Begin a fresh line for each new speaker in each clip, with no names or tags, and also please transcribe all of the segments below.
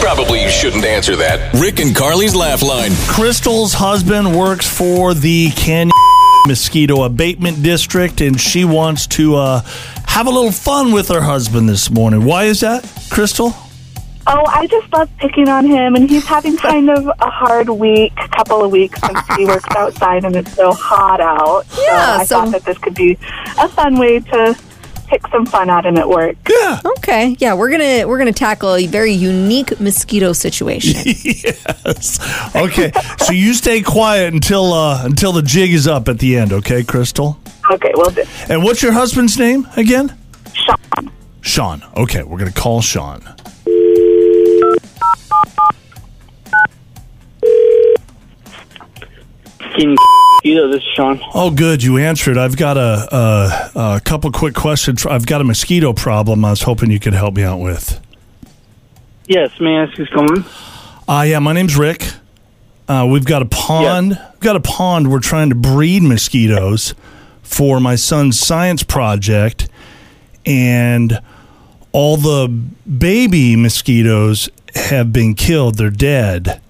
Probably you shouldn't answer that.
Rick and Carly's Laugh Line.
Crystal's husband works for the Canyon Mosquito Abatement District, and she wants to uh, have a little fun with her husband this morning. Why is that, Crystal?
Oh, I just love picking on him, and he's having kind of a hard week, couple of weeks since he works outside and it's so hot out.
Yeah,
so I
so-
thought that this could be a fun way to pick some fun out of him at work.
Yeah.
Okay, yeah, we're gonna we're gonna tackle a very unique mosquito situation.
Yes. Okay. so you stay quiet until uh, until the jig is up at the end, okay, Crystal?
Okay, well, do.
And what's your husband's name again?
Sean.
Sean. Okay, we're gonna call Sean.
Can you this is Sean?
Oh, good, you answered. I've got a, a, a couple quick questions. I've got a mosquito problem. I was hoping you could help me out with.
Yes, may I ask who's calling?
Uh, yeah, my name's Rick. Uh, we've got a pond. We've got a pond. We're trying to breed mosquitoes for my son's science project, and all the baby mosquitoes have been killed. They're dead.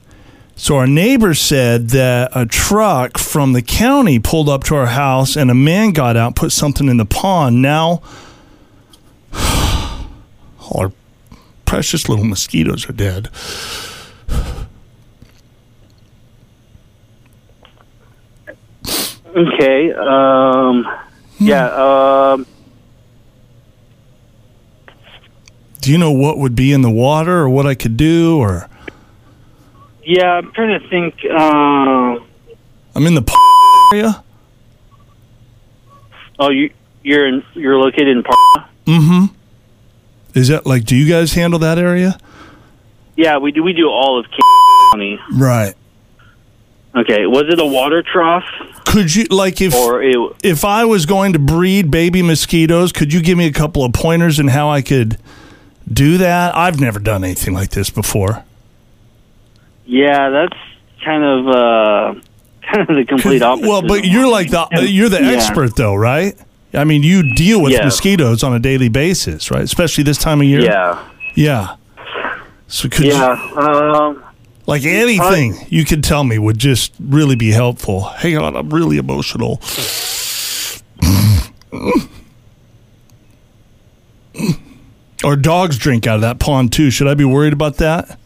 So our neighbor said that a truck from the county pulled up to our house, and a man got out, put something in the pond. Now, all our precious little mosquitoes are dead.
Okay. Um. Yeah. Um.
do you know what would be in the water or what I could do or
Yeah. I'm trying to think. Um.
I'm in the p- area?
Oh, you you're in, you're located in Park.
Is that like do you guys handle that area?
Yeah, we do. We do all of K- County.
Right.
Okay. Was it a water trough
Could you like if
or it?
if I was going to breed baby mosquitoes, could you give me a couple of pointers in how I could do that? I've never done anything like this before.
Yeah, that's kind of uh kind of the complete opposite.
Well, but you're like the you're the
Yeah.
expert though, right? I mean, you deal with
Yeah.
mosquitoes on a daily basis, right? Especially this time of year.
Yeah.
Yeah. So could you,
Yeah. Um.
Like anything you could tell me would just really be helpful. Hang on, I'm really emotional. Our dogs drink out of that pond too. Should I be worried about that?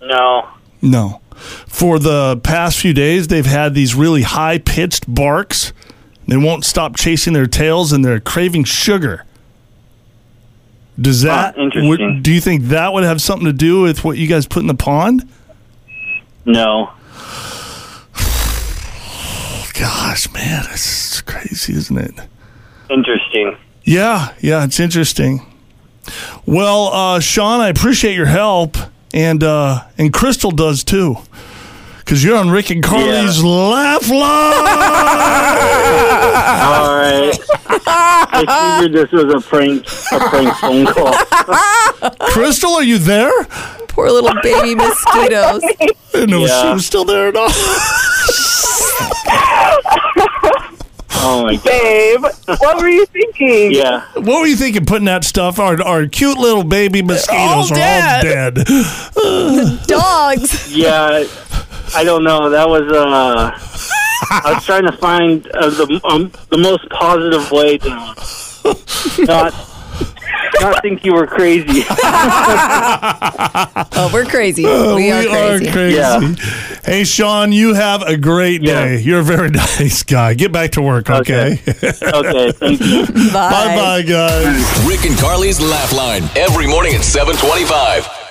No.
No. For the past few days, they've had these really high pitched barks. They won't stop chasing their tails and they're craving sugar. Does
Ah,
that,
interesting.
would, do you think that would have something to do with what you guys put in the pond?
No.
Gosh, man, that's crazy, isn't it?
Interesting.
Yeah, yeah, it's interesting. Well, uh, Sean, I appreciate your help, and uh, and Crystal does too, because you're on Rick and Carly's Laugh Line.
All right. I figured this was a prank, a prank phone call.
Crystal, are you there? I
Poor little baby mosquitoes.
didn't know if she
Yeah.
was still there or not.
Oh my god.
Babe, what were you thinking?
Yeah.
what were you thinking putting that stuff? Our our cute little baby mosquitoes are all dead.
dead. Dogs.
Yeah. I don't know. That was uh. I was trying to find uh, the um, the most positive way to not not think you were crazy.
Oh, we're crazy. we are crazy.
Yeah.
Hey, Sean, you have a great
Yeah.
day. You're a very nice guy. Get back to work, okay?
Okay. okay. Thank you.
bye bye, guys.
Rick and Carly's Laugh Line.
Every morning at 725.